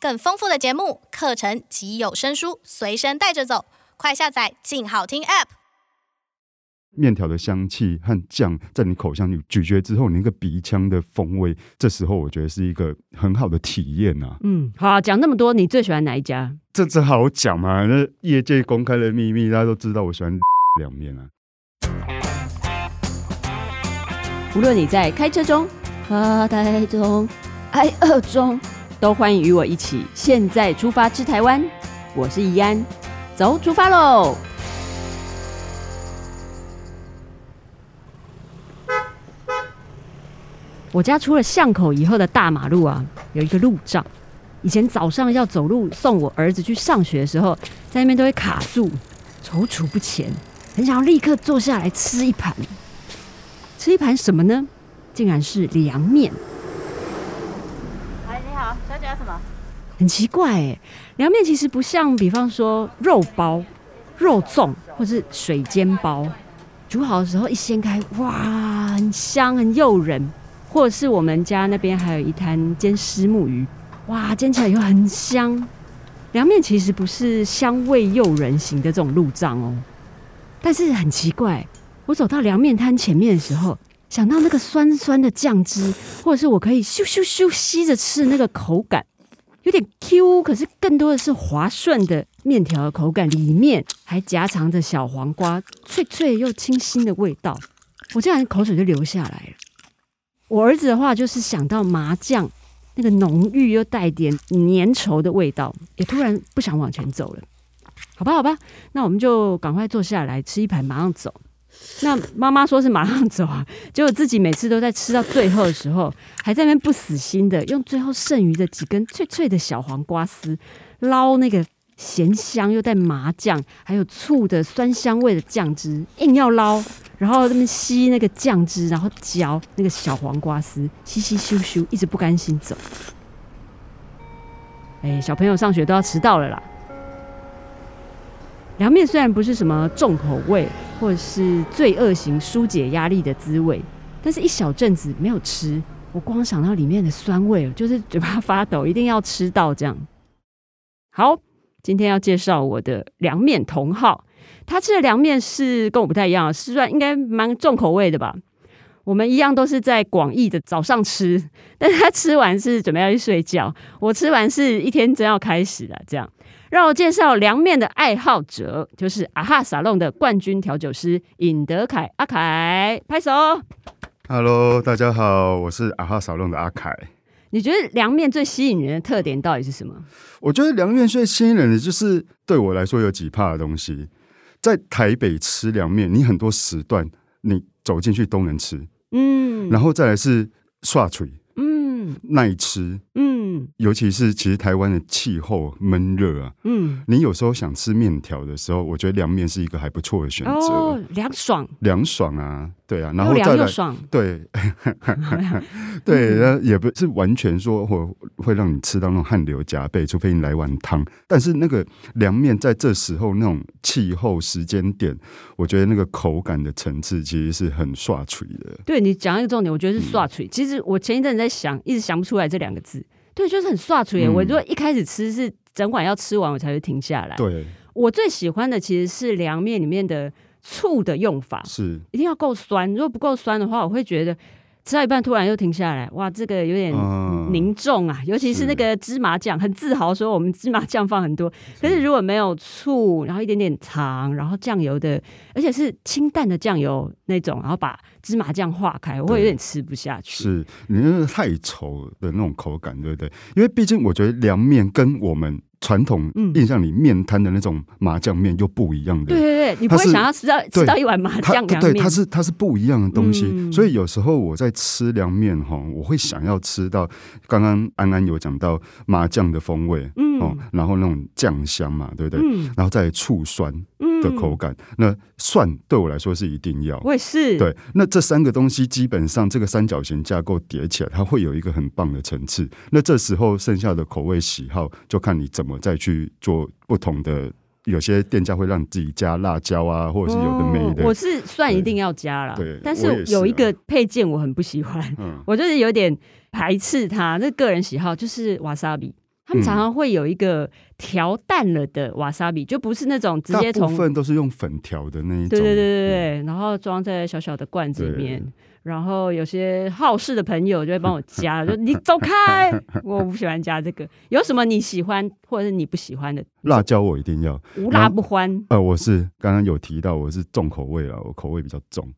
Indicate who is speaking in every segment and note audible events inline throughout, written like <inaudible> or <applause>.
Speaker 1: 更丰富的节目、课程及有声书随身带着走，快下载“静好听 ”App。
Speaker 2: 面条的香气和酱在你口腔里咀嚼之后，你那个鼻腔的风味，这时候我觉得是一个很好的体验啊。
Speaker 3: 嗯，好、啊，讲那么多，你最喜欢哪一家？
Speaker 2: 这这好讲嘛，那业界公开的秘密，大家都知道我喜欢凉面啊。
Speaker 3: 无论你在开车中，
Speaker 4: 发呆中，挨饿中，
Speaker 3: 都欢迎与我一起，现在出发吃台湾。我是怡安，走，出发喽！我家出了巷口以后的大马路啊，有一个路障。以前早上要走路送我儿子去上学的时候，在那边都会卡住，踌躇不前，很想要立刻坐下来吃一盘。吃一盘什么呢？竟然是凉面。
Speaker 5: 哎，你好，小姐要什么？
Speaker 3: 很奇怪哎，凉面其实不像，比方说肉包、肉粽或是水煎包，煮好的时候一掀开，哇，很香很诱人。或者是我们家那边还有一摊煎虱目鱼，哇，煎起来又很香。凉面其实不是香味诱人型的这种路障哦，但是很奇怪，我走到凉面摊前面的时候，想到那个酸酸的酱汁，或者是我可以咻咻咻吸着吃的那个口感，有点 Q，可是更多的是滑顺的面条的口感，里面还夹藏着小黄瓜，脆脆又清新的味道，我竟然口水就流下来了。我儿子的话就是想到麻酱那个浓郁又带点粘稠的味道，也突然不想往前走了。好吧，好吧，那我们就赶快坐下来吃一盘，马上走。那妈妈说是马上走啊，结果自己每次都在吃到最后的时候，还在那边不死心的用最后剩余的几根脆脆的小黄瓜丝捞那个咸香又带麻酱还有醋的酸香味的酱汁，硬要捞。然后他们吸那个酱汁，然后嚼那个小黄瓜丝，吸吸咻咻，一直不甘心走。哎，小朋友上学都要迟到了啦。凉面虽然不是什么重口味或者是罪恶型疏解压力的滋味，但是一小阵子没有吃，我光想到里面的酸味，就是嘴巴发抖，一定要吃到这样。好，今天要介绍我的凉面同好。他吃的凉面是跟我不太一样，啊是算应该蛮重口味的吧。我们一样都是在广义的早上吃，但他吃完是准备要去睡觉，我吃完是一天真要开始了。这样，让我介绍凉面的爱好者，就是啊哈沙龙的冠军调酒师尹德凯阿凯，拍手。
Speaker 2: Hello，大家好，我是阿哈少弄的阿凯。
Speaker 3: 你觉得凉面最吸引人的特点到底是什么？
Speaker 2: 我觉得凉面最吸引人的就是对我来说有几怕的东西。在台北吃凉面，你很多时段你走进去都能吃，
Speaker 3: 嗯
Speaker 2: 然后再来是刷嘴
Speaker 3: 嗯
Speaker 2: 耐吃，
Speaker 3: 嗯
Speaker 2: 尤其是其实台湾的气候闷热啊，
Speaker 3: 嗯，
Speaker 2: 你有时候想吃面条的时候，我觉得凉面是一个还不错的选
Speaker 3: 哦
Speaker 2: 择，，
Speaker 3: 凉爽，
Speaker 2: 凉、爽啊，对啊，然后
Speaker 3: 又
Speaker 2: 再
Speaker 3: 凉又
Speaker 2: 来。
Speaker 3: 爽，
Speaker 2: 对， <laughs>
Speaker 3: <laughs>
Speaker 2: 对，呃也不是完全说会会让你吃到那种汗流浃背，除非你来碗汤。但是那个凉面在这时候那种气候时间点，我觉得那个口感的层次其实是很刷嘴的。
Speaker 3: 对你讲一个重点，我觉得是刷
Speaker 2: 嗯
Speaker 3: 嘴。其实我前一阵子在想，一直想不出来这两个字。对，就是很刷嘴耶。
Speaker 2: 嗯
Speaker 3: 我如果一开始吃是整碗要吃完，我才会停下来。
Speaker 2: 对，
Speaker 3: 我最喜欢的其实是凉面里面的醋的用法，
Speaker 2: 是，
Speaker 3: 一定要够酸。如果不够酸的话，我会觉得吃到一半突然又停下来，哇，这个有点
Speaker 2: 嗯
Speaker 3: 凝重啊。尤其是
Speaker 2: 是
Speaker 3: 那个芝麻酱，很自豪说我们芝麻酱放很多，可是如果没有醋，然后一点点糖，然后酱油的，而且是清淡的酱油那种，然后把芝麻酱化开，我会有点吃不下去。
Speaker 2: 是你那个太稠的那种口感，对不对？因为毕竟我觉得凉面跟我们传统
Speaker 3: 嗯
Speaker 2: 印象里面摊的那种麻酱面又不一样的。
Speaker 3: 对对对，你不
Speaker 2: 它
Speaker 3: 会
Speaker 2: 是
Speaker 3: 想要吃到吃到一碗麻
Speaker 2: 它
Speaker 3: 酱
Speaker 2: 对
Speaker 3: 凉
Speaker 2: 对，
Speaker 3: 面
Speaker 2: 它，是它是不一样的东西，
Speaker 3: 嗯
Speaker 2: 所以有时候我在吃凉面哈，我会想要吃到刚刚安安有讲到麻酱的风味哦
Speaker 3: 嗯，
Speaker 2: 然后那种酱香嘛，对不对？
Speaker 3: 嗯
Speaker 2: 然后再来醋酸
Speaker 3: 嗯
Speaker 2: 的口感，那蒜对我来说是一定要。
Speaker 3: 我也是，
Speaker 2: 对，那这三个东西基本上这个三角形架构叠起来，它会有一个很棒的层次。那这时候剩下的口味喜好，就看你怎么再去做不同的。有些店家会让你自己加辣椒啊，或者是有的没的。
Speaker 3: 哦我是蒜一定要加啦
Speaker 2: 对对，
Speaker 3: 但
Speaker 2: 我也是啊
Speaker 3: 有一个配件 <laughs> 我很不喜欢，
Speaker 2: 嗯
Speaker 3: 我就是有点排斥它。那个人喜好就是 wasabi，他们常常会有一个调淡了的瓦萨比，就不是那种直接
Speaker 2: 大
Speaker 3: 从
Speaker 2: 部分都是用粉条的那一种。嗯
Speaker 3: 对对对对对，然后装在小小的罐子里面。然后有些好事的朋友就会帮我
Speaker 2: <laughs>
Speaker 3: 加，就你走开，我不喜欢加这个。有什么你喜欢或者是你不喜欢的，
Speaker 2: 辣椒我一定要。
Speaker 3: 无辣
Speaker 2: <laughs>
Speaker 3: 不欢。
Speaker 2: 呃，我是刚刚有提到我是重口味了，我口味比较重，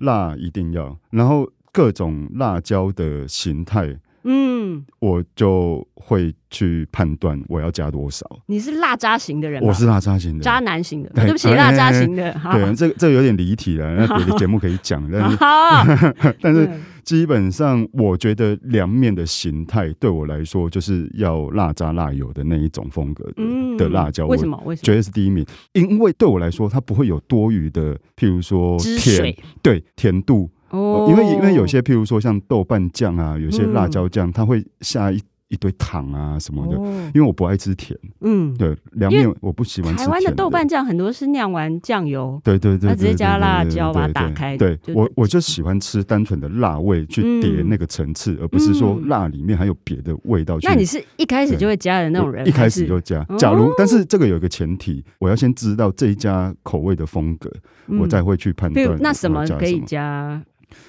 Speaker 2: 辣一定要。然后各种辣椒的形态，
Speaker 3: 嗯，
Speaker 2: 我就会去判断我要加多少。
Speaker 3: 你是辣渣型的人吗？
Speaker 2: 我是辣渣型的，
Speaker 3: 啊渣男啊型的，
Speaker 2: 对
Speaker 3: 对不起，
Speaker 2: 哎
Speaker 3: 辣渣型的。好
Speaker 2: 对，这个这个有点离题
Speaker 3: <laughs>
Speaker 2: 了，那别的节目可以讲，但是
Speaker 3: 好，
Speaker 2: <laughs> 但是
Speaker 3: 对
Speaker 2: 基本上，我觉得凉面的形态对我来说，就是要辣渣辣油的那一种风格的,、的辣椒。
Speaker 3: 嗯为什
Speaker 2: 我
Speaker 3: 么？为什
Speaker 2: 觉
Speaker 3: 么？
Speaker 2: 得是第一名，因为对我来说，它不会有多余的，譬如说
Speaker 3: 汁
Speaker 2: 甜
Speaker 3: 水，
Speaker 2: 对甜度，
Speaker 3: 哦
Speaker 2: 因为因为有些譬如说像豆瓣酱啊，有些辣椒酱，它会下一一堆糖啊什么的。
Speaker 3: 哦
Speaker 2: 因为我不爱吃甜，
Speaker 3: 嗯，
Speaker 2: 对凉面我不喜欢吃
Speaker 3: 台
Speaker 2: 甜
Speaker 3: 湾的豆瓣酱很多是酿完酱油，
Speaker 2: 对对对，
Speaker 3: 它直接
Speaker 2: 对
Speaker 3: 加
Speaker 2: 对
Speaker 3: 辣
Speaker 2: 对
Speaker 3: 椒
Speaker 2: 对
Speaker 3: 把它
Speaker 2: 对
Speaker 3: 打
Speaker 2: 对
Speaker 3: 开
Speaker 2: 对
Speaker 3: 就嗯
Speaker 2: 我我就喜欢吃单纯的辣味去叠那个层次，而不是说辣里面还有别的味道去。
Speaker 3: 那你是一开始就会加的那种人，
Speaker 2: 一开
Speaker 3: 还是
Speaker 2: 始就加
Speaker 3: 哦。
Speaker 2: 假如，但是这个有一个前提，我要先知道这一家口味的风格，
Speaker 3: 嗯
Speaker 2: 我再会去判
Speaker 3: 比
Speaker 2: 断我
Speaker 3: 如
Speaker 2: 要加什。
Speaker 3: 那什么可以加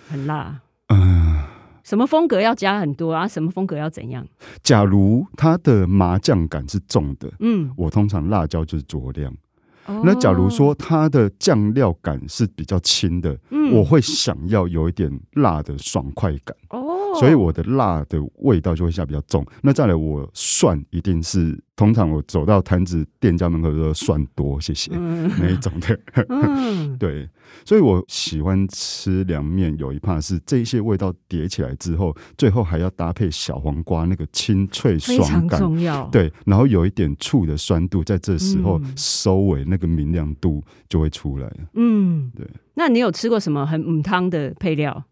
Speaker 3: 很辣？
Speaker 2: 嗯，
Speaker 3: 什么风格要加很多啊？什么风格要怎样？
Speaker 2: 假如它的麻酱感是重的，
Speaker 3: 嗯，
Speaker 2: 我通常辣椒就是酌量。
Speaker 3: 哦
Speaker 2: 那假如说它的酱料感是比较轻的，
Speaker 3: 嗯
Speaker 2: 我会想要有一点辣的爽快感。
Speaker 3: 哦，
Speaker 2: 所以我的辣的味道就会下比较重。那再来，我蒜一定是通常我走到摊子店家门口都说蒜多，谢谢、 <laughs>
Speaker 3: 嗯
Speaker 2: 那一种的。
Speaker 3: <laughs> 嗯
Speaker 2: 对，所以我喜欢吃凉面，有一怕是这些味道叠起来之后，最后还要搭配小黄瓜那个清脆
Speaker 3: 非常
Speaker 2: 爽感。
Speaker 3: 重要，，
Speaker 2: 对，然后有一点醋的酸度，在这时候
Speaker 3: 嗯
Speaker 2: 收尾，那个明亮度就会出来了。
Speaker 3: 嗯
Speaker 2: 对。
Speaker 3: 那你有吃过什么很母汤的配料？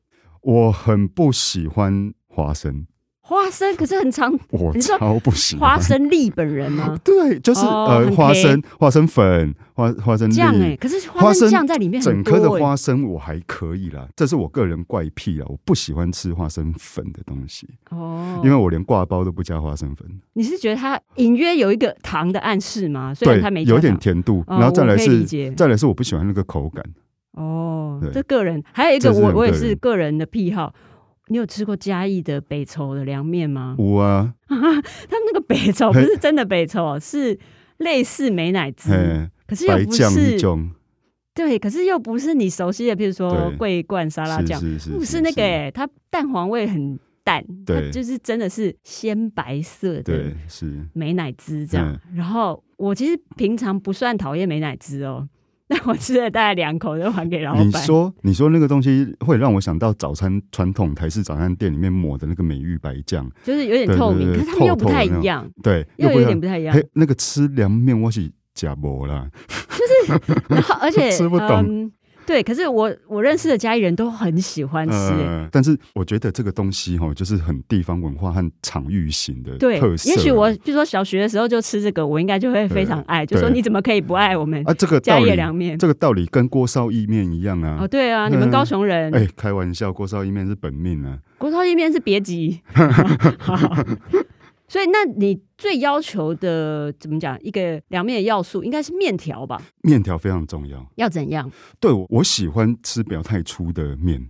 Speaker 2: 我很不喜欢花生，
Speaker 3: 花生可是很常
Speaker 2: 我
Speaker 3: 你说
Speaker 2: 超不喜欢？
Speaker 3: 花生粒本人吗
Speaker 2: 对，就是、
Speaker 3: 哦
Speaker 2: 呃，
Speaker 3: 很
Speaker 2: 花
Speaker 3: 甜
Speaker 2: 生、花生粉、花花生
Speaker 3: 酱哎、
Speaker 2: 粒。
Speaker 3: 可是
Speaker 2: 花
Speaker 3: 花生
Speaker 2: 生
Speaker 3: 酱在里面
Speaker 2: 整
Speaker 3: 很多、
Speaker 2: 颗
Speaker 3: 欸、
Speaker 2: 的花生我还可以啦，这是我个人怪癖啦，我不喜欢吃花生粉的东西，
Speaker 3: 哦，
Speaker 2: 因为我连挂包都不加花生粉，
Speaker 3: 你是觉得它隐约有一个糖的暗示吗？虽然
Speaker 2: 对
Speaker 3: 它没，加
Speaker 2: 有一点
Speaker 3: 糖
Speaker 2: 甜度，
Speaker 3: 哦
Speaker 2: 然后再来
Speaker 3: 我可以
Speaker 2: 是
Speaker 3: 理解
Speaker 2: 再来是我不喜欢那个口感，
Speaker 3: 哦
Speaker 2: 对，
Speaker 3: 这个人还有一个
Speaker 2: 这是
Speaker 3: 我
Speaker 2: 很
Speaker 3: 我也
Speaker 2: 个人
Speaker 3: 是个人的癖好。你有吃过嘉义的北丑的凉面吗？
Speaker 2: 我啊，
Speaker 3: 他们那个北丑不
Speaker 2: 嘿
Speaker 3: 是真的北丑，是类似美乃滋，
Speaker 2: 嘿，
Speaker 3: 可是又
Speaker 2: 白
Speaker 3: 不
Speaker 2: 酱一
Speaker 3: 是
Speaker 2: 种，
Speaker 3: 对，可是又不是你熟悉的，譬如说
Speaker 2: 对
Speaker 3: 桂冠沙拉
Speaker 2: 是
Speaker 3: 酱，
Speaker 2: 是是，
Speaker 3: 不是那个哎、它蛋黄味很淡，它
Speaker 2: 对
Speaker 3: 就是真的是鲜白色的
Speaker 2: 对，嗯是
Speaker 3: 美乃滋这样。然后我其实平常不算讨厌美乃滋哦，但我吃了大概两口就还给老
Speaker 2: 你
Speaker 3: 板。
Speaker 2: 说你说那个东西会让我想到早餐传统台式早餐店里面抹的那个美玉白酱，
Speaker 3: 就是有点
Speaker 2: 对
Speaker 3: 透
Speaker 2: 对
Speaker 3: 明，
Speaker 2: 对
Speaker 3: 可是他们又
Speaker 2: 透
Speaker 3: 不太
Speaker 2: 透的那
Speaker 3: 一样，
Speaker 2: 对，
Speaker 3: 又
Speaker 2: 不
Speaker 3: 有
Speaker 2: 一样
Speaker 3: 点不太一样
Speaker 2: 嘿。，那个吃凉面我是假无啦，
Speaker 3: 然
Speaker 2: <laughs>
Speaker 3: 后而且
Speaker 2: 吃不懂
Speaker 3: 嗯，对，可是我我认识的家里人都很喜欢吃、欸
Speaker 2: 呃，但是我觉得这个东西哈，就是很地方文化和场域型的
Speaker 3: 对，
Speaker 2: 特色。啊
Speaker 3: 也许我比如说小学的时候就吃这个，我应该就会非常爱，就说
Speaker 2: 对
Speaker 3: 你怎么可以不爱我
Speaker 2: <laughs>
Speaker 3: 们
Speaker 2: 啊，这个
Speaker 3: 家
Speaker 2: 道
Speaker 3: 里
Speaker 2: 理
Speaker 3: 的，凉面？
Speaker 2: 这个道理跟锅烧意面一样啊
Speaker 3: 哦，。对啊，你们
Speaker 2: 嗯
Speaker 3: 高雄人，
Speaker 2: 哎，开玩笑，锅烧意面是本命啊。
Speaker 3: 国超意面是别急。 <laughs> 所以，那你最要求的怎么讲？一个凉面的要素应该是面条吧？
Speaker 2: 面条非常重要，
Speaker 3: 要怎样？
Speaker 2: 对我我喜欢吃不要太粗的面，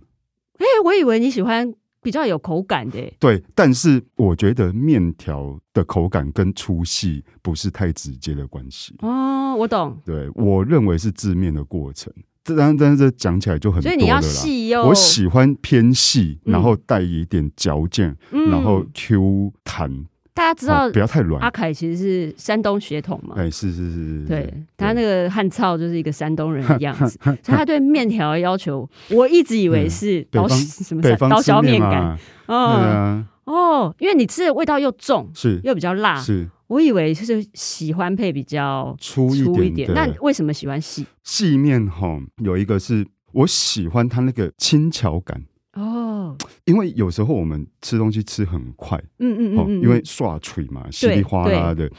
Speaker 3: 哎、我以为你喜欢比较有口感的、
Speaker 2: 对，但是我觉得面条的口感跟粗细不是太直接的关系，
Speaker 3: 哦，我懂。
Speaker 2: 对我认为是制面的过程。这当然，但是这讲起来就很多
Speaker 3: 所以
Speaker 2: 了
Speaker 3: 你要
Speaker 2: 啦。
Speaker 3: 细又
Speaker 2: 我喜欢偏细，
Speaker 3: 嗯
Speaker 2: 然后带一点嚼劲，
Speaker 3: 嗯
Speaker 2: 然后 Q 弹，
Speaker 3: 大家知
Speaker 2: 好
Speaker 3: 道
Speaker 2: 不要太软
Speaker 3: 阿。凯其实是山东血统嘛，
Speaker 2: 哎，是是是是，
Speaker 3: 对他那个汉操就是一个山东人的样 <laughs> 子，所以他对面条的要求，我一直以为是
Speaker 2: 北
Speaker 3: 刀、
Speaker 2: 方
Speaker 3: 什么
Speaker 2: 北方
Speaker 3: 刀
Speaker 2: 吃
Speaker 3: 削面感，
Speaker 2: 嘛，对
Speaker 3: 嗯
Speaker 2: 啊，
Speaker 3: 哦，因为你吃的味道又重
Speaker 2: 是
Speaker 3: 又比较辣，
Speaker 2: 是
Speaker 3: 我以为就是喜欢配比较
Speaker 2: 粗一
Speaker 3: 粗一
Speaker 2: 点
Speaker 3: 点，
Speaker 2: 的。
Speaker 3: 那为什么喜欢细？
Speaker 2: 细面吼有一个是我喜欢它那个轻巧感，
Speaker 3: 哦，哦，
Speaker 2: 因为有时候我们吃东西吃很快，
Speaker 3: 嗯嗯
Speaker 2: 哦，
Speaker 3: 嗯，
Speaker 2: 因为刷嘴嘛，稀里哗啦的。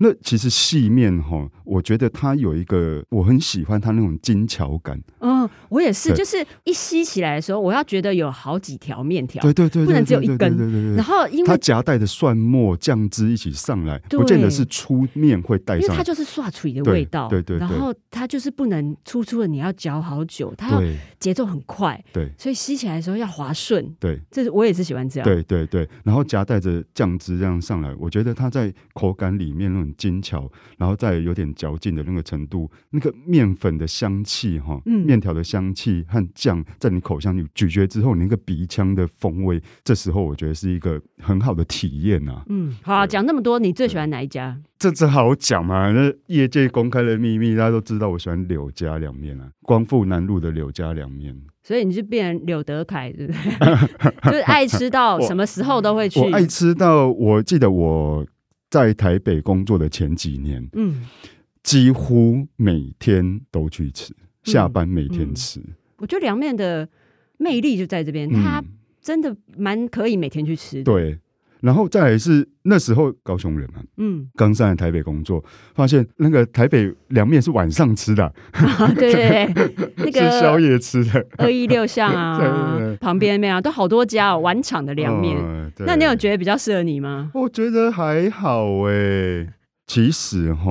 Speaker 2: 那其实细面哈、哦，我觉得它有一个我很喜欢它那种精巧感。
Speaker 3: 嗯，我也是，
Speaker 2: 对
Speaker 3: 就是一吸起来的时候，我要觉得有好几条面条，
Speaker 2: 对对对对，
Speaker 3: 不能只有
Speaker 2: 对
Speaker 3: 一根
Speaker 2: 对对对对
Speaker 3: 然后因
Speaker 2: 它
Speaker 3: 为
Speaker 2: 夹带的蒜末酱汁一起上来，
Speaker 3: 对
Speaker 2: 不见得是粗面会带
Speaker 3: 因为
Speaker 2: 上
Speaker 3: 它
Speaker 2: 来。
Speaker 3: 就是刷嘴的
Speaker 2: 对
Speaker 3: 味道，
Speaker 2: 对对对
Speaker 3: 然后它就是不能粗粗的，你要嚼好久，它要
Speaker 2: 对
Speaker 3: 节奏很快，
Speaker 2: 对
Speaker 3: 所以吸起来的时候要滑顺，
Speaker 2: 对
Speaker 3: 这是我也是喜欢这样，
Speaker 2: 对对对，然后夹带着酱汁这样上来，我觉得它在口感里面那种精巧，然后再有点嚼劲的那个程度，那个面粉的香气哈，
Speaker 3: 嗯
Speaker 2: 面条的香气和酱在你口腔里咀嚼之后，你那个鼻腔的风味，这时候我觉得是一个很好的体验啊。
Speaker 3: 嗯，好啊、讲那么多，你最喜欢哪一家？
Speaker 2: 这这好讲嘛，那业界公开的秘密，大家都知道，我喜欢柳家凉面啊，光复南路的柳家凉面，
Speaker 3: 所以你就变成柳德凯，对不对？ <laughs> 就是爱吃到什么时候都会去。
Speaker 2: 我爱吃到，我记得我在台北工作的前几年，
Speaker 3: 嗯，
Speaker 2: 几乎每天都去吃，
Speaker 3: 嗯
Speaker 2: 下班每天吃，
Speaker 3: 我觉得凉面的魅力就在这边，它
Speaker 2: 嗯
Speaker 3: 真的蛮可以每天去吃的。
Speaker 2: 对。然后再来是那时候高雄人嘛，
Speaker 3: 嗯， <laughs>
Speaker 2: 刚上来台北工作，发现那个台北凉面是晚上吃的啊，
Speaker 3: 啊对对
Speaker 2: <laughs>
Speaker 3: 对，那
Speaker 2: 是宵
Speaker 3: 个
Speaker 2: 夜吃的
Speaker 3: 二一六巷
Speaker 2: <laughs> 对对
Speaker 3: 啊
Speaker 2: 对，
Speaker 3: 旁边没有、都好多家、哦、晚场的 <laughs> 凉面。
Speaker 2: 嗯对
Speaker 3: 那你有觉得比较适合你吗？
Speaker 2: 我觉得还好哎、其实哈，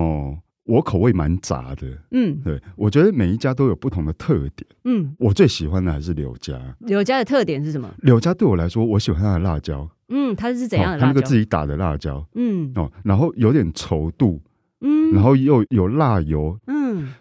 Speaker 2: 我口味蛮杂的。
Speaker 3: 嗯
Speaker 2: 对，我觉得每一家都有不同的特点。
Speaker 3: 嗯，
Speaker 2: 我最喜欢的还是柳家，
Speaker 3: 柳家的特点是什么？
Speaker 2: 柳家对我来说，我喜欢它的辣椒，
Speaker 3: 嗯，它是怎样的
Speaker 2: 哦它
Speaker 3: 辣
Speaker 2: 那个
Speaker 3: 椒
Speaker 2: 自？己打的辣椒
Speaker 3: 嗯
Speaker 2: 哦，然后有点稠度，
Speaker 3: 嗯，
Speaker 2: 然后又有辣油，
Speaker 3: 嗯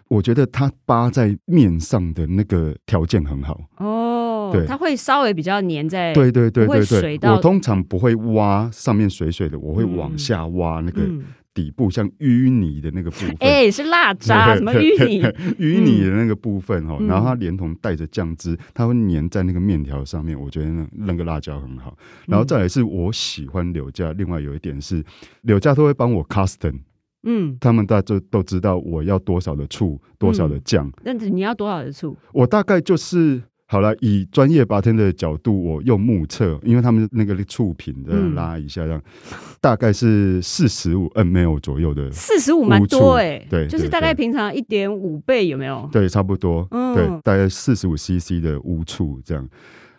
Speaker 2: 我觉得它扒在面上的那个条件很好。
Speaker 3: 哦，
Speaker 2: 对
Speaker 3: 它会稍微比较粘在
Speaker 2: 对对对
Speaker 3: 不会
Speaker 2: 对
Speaker 3: 水
Speaker 2: 对，
Speaker 3: 到
Speaker 2: 我通常不会挖上面水水的，我会
Speaker 3: 嗯
Speaker 2: 往下挖那个
Speaker 3: 嗯，
Speaker 2: 底部像淤泥的那个部分。
Speaker 3: 哎、是辣渣，什么
Speaker 2: <laughs>
Speaker 3: 淤泥？
Speaker 2: 淤泥的那个部分哦，
Speaker 3: 嗯
Speaker 2: 然后它连同带着酱汁，它会粘在那个面条上面。我觉得那那个辣椒很好。
Speaker 3: 嗯
Speaker 2: 然后再来是我喜欢柳家，另外有一点是柳家都会帮我 custom，
Speaker 3: 嗯，
Speaker 2: 他们大家都都知道我要多少的醋，多少的酱。
Speaker 3: 那你要多少的醋？
Speaker 2: 我大概就是好了，以专业拔天的角度，我用目测，因为他们那个醋瓶的
Speaker 3: 嗯
Speaker 2: 拉一下，这样、大概是四十五 ml 左右的，
Speaker 3: 四十五蛮多哎、
Speaker 2: 对对
Speaker 3: 就是大概
Speaker 2: 对
Speaker 3: 平常一点五倍有没有？
Speaker 2: 对，差不多，
Speaker 3: 嗯
Speaker 2: 对，大概四十五 CC 的乌醋这样。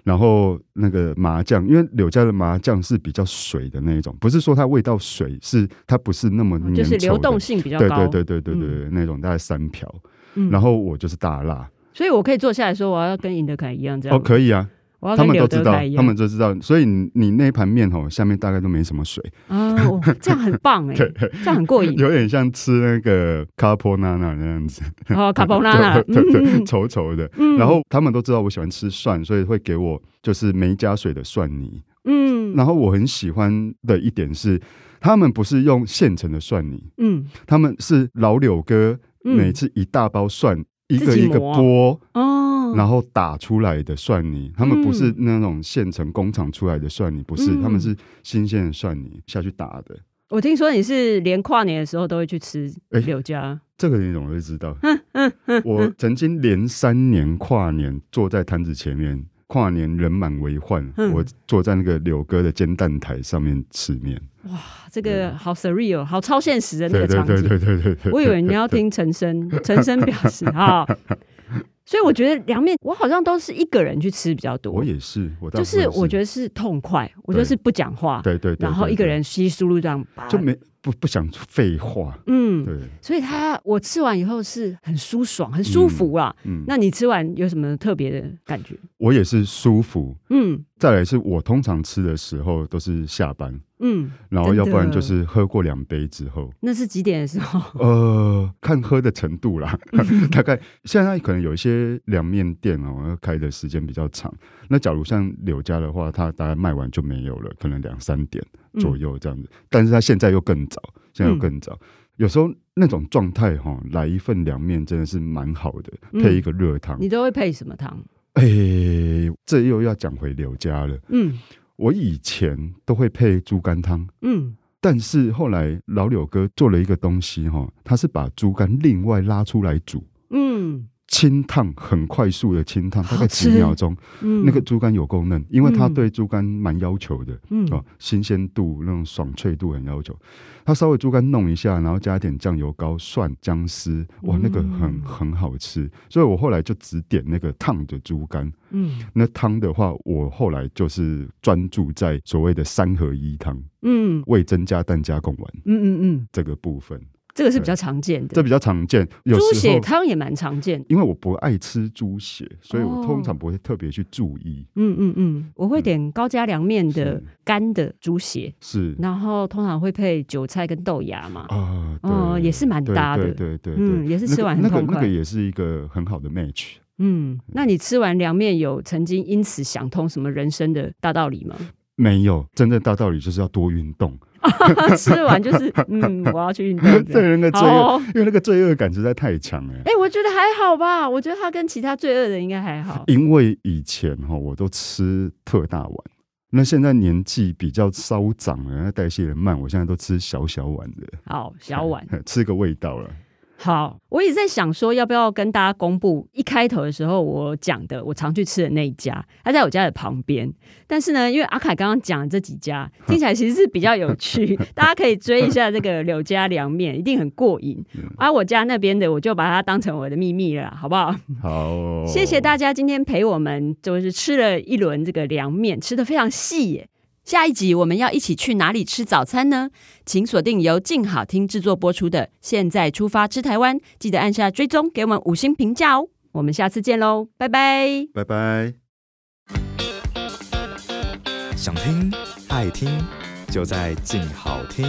Speaker 2: 然后那个麻酱，因为柳家的麻酱是比较水的那一种，不是说它味道水，是它不是那么粘稠
Speaker 3: 哦就
Speaker 2: 的
Speaker 3: 是流动性比较
Speaker 2: 对
Speaker 3: 高。
Speaker 2: 对对对对对对，那种大概三瓢。
Speaker 3: 嗯
Speaker 2: 然后我就是大辣，
Speaker 3: 所以我可以坐下来说，我要跟尹德凯一样这样，
Speaker 2: 哦，可以啊，
Speaker 3: 我要
Speaker 2: 他
Speaker 3: 跟
Speaker 2: 们
Speaker 3: 柳
Speaker 2: 都知
Speaker 3: 德
Speaker 2: 道
Speaker 3: 凯一，
Speaker 2: 他
Speaker 3: 样。
Speaker 2: 们都知道，所以你你那一盘面吼下面大概都没什么水，
Speaker 3: 啊、哦，这样很
Speaker 2: <laughs>
Speaker 3: 棒哎、这样很过瘾。
Speaker 2: 有点像吃那个卡波娜娜那样子，
Speaker 3: 然哦 <laughs> 后卡波拉纳，
Speaker 2: 对对
Speaker 3: 嗯
Speaker 2: 对，
Speaker 3: 嗯
Speaker 2: 稠稠的。
Speaker 3: 嗯
Speaker 2: 然后他们都知道我喜欢吃蒜，所以会给我就是没加水的蒜泥。
Speaker 3: 嗯
Speaker 2: 然后我很喜欢的一点是，他们不是用现成的蒜泥，
Speaker 3: 嗯
Speaker 2: 他们是老柳哥
Speaker 3: 嗯
Speaker 2: 每次一大包蒜。一
Speaker 3: 自
Speaker 2: 个
Speaker 3: 己
Speaker 2: 一个
Speaker 3: 磨啊
Speaker 2: 剥，
Speaker 3: 哦，
Speaker 2: 然后打出来的蒜泥，他们不是
Speaker 3: 嗯
Speaker 2: 那种现成工厂出来的蒜泥，不是，
Speaker 3: 嗯
Speaker 2: 他们是新鲜的蒜泥下去打的。
Speaker 3: 我听说你是连跨年的时候都会去吃
Speaker 2: 哎
Speaker 3: 柳家，
Speaker 2: 这个你怎么会知
Speaker 3: <laughs>
Speaker 2: 道？
Speaker 3: 嗯
Speaker 2: 我曾经连三年跨年坐在摊子前面，跨年人满为患，
Speaker 3: 嗯
Speaker 2: 我坐在那个柳哥的煎蛋台上面吃面。
Speaker 3: 这个好 surreal，好超现实的
Speaker 2: 对
Speaker 3: 那个
Speaker 2: 对
Speaker 3: 场景
Speaker 2: 对。对对对 <laughs> 对，
Speaker 3: 我以为你要听
Speaker 2: <laughs>
Speaker 3: 陈升，陈升表示啊，所以我觉得凉面我好像都是一个人去吃比较多
Speaker 2: 我，也是，我大
Speaker 3: 就
Speaker 2: 部分
Speaker 3: 是
Speaker 2: 是
Speaker 3: 我觉得是痛快，我
Speaker 2: 对
Speaker 3: 就是不讲话，
Speaker 2: 对对对对，
Speaker 3: 然后一个人稀疏入这样拔
Speaker 2: 对就没不不想废话。
Speaker 3: 嗯，
Speaker 2: 对，
Speaker 3: 所以他我吃完以后是很舒爽、很舒服啦。
Speaker 2: 嗯，
Speaker 3: 那你吃完有什么特别的感觉？
Speaker 2: 我也是舒服。
Speaker 3: 嗯
Speaker 2: 再来是我通常吃的时候都是下班，
Speaker 3: 嗯，
Speaker 2: 然后要不然
Speaker 3: 真的
Speaker 2: 就是喝过两杯之后，
Speaker 3: 那是几点的时候？
Speaker 2: <laughs> 呃，看喝的程度啦， <laughs> 大概现在可能有一些凉面店哦，开的时间比较长。那假如像柳家的话，它大概卖完就没有了，可能两三点
Speaker 3: 嗯
Speaker 2: 左右这样子。但是它现在又更早，现在又更早。有时候那种状态哈、来一份凉面真的是蛮好的，
Speaker 3: 嗯
Speaker 2: 配一个热汤。
Speaker 3: 你都会配什么汤？
Speaker 2: 哎、这又要讲回柳家了。
Speaker 3: 嗯
Speaker 2: 我以前都会配猪肝汤。
Speaker 3: 嗯，
Speaker 2: 但是后来老柳哥做了一个东西哈、他是把猪肝另外拉出来煮，
Speaker 3: 嗯，
Speaker 2: 清烫，很快速的清烫，大概
Speaker 3: 好
Speaker 2: 几
Speaker 3: 吃
Speaker 2: 秒钟，
Speaker 3: 嗯
Speaker 2: 那个猪肝有够嫩，因为它
Speaker 3: 嗯
Speaker 2: 对猪肝蛮要求的。
Speaker 3: 嗯
Speaker 2: 哦，新鲜度那种爽脆度很要求，它稍微猪肝弄一下，然后加一点酱油膏、蒜、姜丝，哇，那个很
Speaker 3: 嗯
Speaker 2: 很好吃。所以我后来就只点那个烫的猪肝。
Speaker 3: 嗯
Speaker 2: 那汤的话，我后来就是专注在所谓的三合一汤，
Speaker 3: 嗯
Speaker 2: 味增加蛋加贡丸
Speaker 3: 嗯嗯嗯，
Speaker 2: 这个部分，
Speaker 3: 这个是比较常见
Speaker 2: 这
Speaker 3: 的。
Speaker 2: 比较常见。有
Speaker 3: 猪
Speaker 2: 时
Speaker 3: 血
Speaker 2: 候
Speaker 3: 汤也蛮常见的。
Speaker 2: 因为我不爱吃猪血，所以我
Speaker 3: 哦
Speaker 2: 通常不会特别去注意。
Speaker 3: 嗯嗯嗯，我会点高加凉面的
Speaker 2: 是
Speaker 3: 干的猪血，
Speaker 2: 是
Speaker 3: 然后通常会配韭菜跟豆芽嘛。
Speaker 2: 啊，
Speaker 3: 哦
Speaker 2: 对
Speaker 3: 也是蛮
Speaker 2: 对
Speaker 3: 搭的
Speaker 2: 对对对对，
Speaker 3: 嗯，也是吃完很
Speaker 2: 那个
Speaker 3: 痛
Speaker 2: 那个那个。
Speaker 3: 快
Speaker 2: 也是一个很好的 match。
Speaker 3: 嗯，那你吃完凉面有曾经因此想通什么人生的大道
Speaker 2: <laughs>
Speaker 3: 理吗？
Speaker 2: 没有，真正大道理就是要多运动，
Speaker 3: <laughs> 吃完就是嗯，我要去运动这
Speaker 2: <laughs> 对
Speaker 3: 样。
Speaker 2: 人的罪
Speaker 3: 好
Speaker 2: 恶，
Speaker 3: 哦，
Speaker 2: 因为那个罪恶感实在太强了。
Speaker 3: 哎，我觉得还好吧，我觉得它跟其他罪恶的应该还好。
Speaker 2: 因为以前哈，我都吃特大碗，那现在年纪比较稍长了，那代谢得慢，我现在都吃小小碗的， <laughs>
Speaker 3: 好，小碗。
Speaker 2: 吃个味道了。
Speaker 3: 好，我也在想说，要不要跟大家公布一开头的时候我讲的，我常去吃的那一家，它在我家的旁边。但是呢，因为阿凯刚刚讲的这几家，听起来其实是比较有趣，大家可以追一下这个柳家凉面，一定很过瘾。而、我家那边的，我就把它当成我的秘密了啦，好不好？
Speaker 2: 好哦，
Speaker 3: 谢谢大家今天陪我们，就是吃了一轮这个凉面，吃的非常细耶。下一集我们要一起去哪里吃早餐呢？请锁定由静好听制作播出的《现在出发吃台湾》，记得按下追踪，给我们五星评价哦。我们下次见喽，拜拜。
Speaker 2: 拜拜。
Speaker 5: 想听爱听，就在静好听。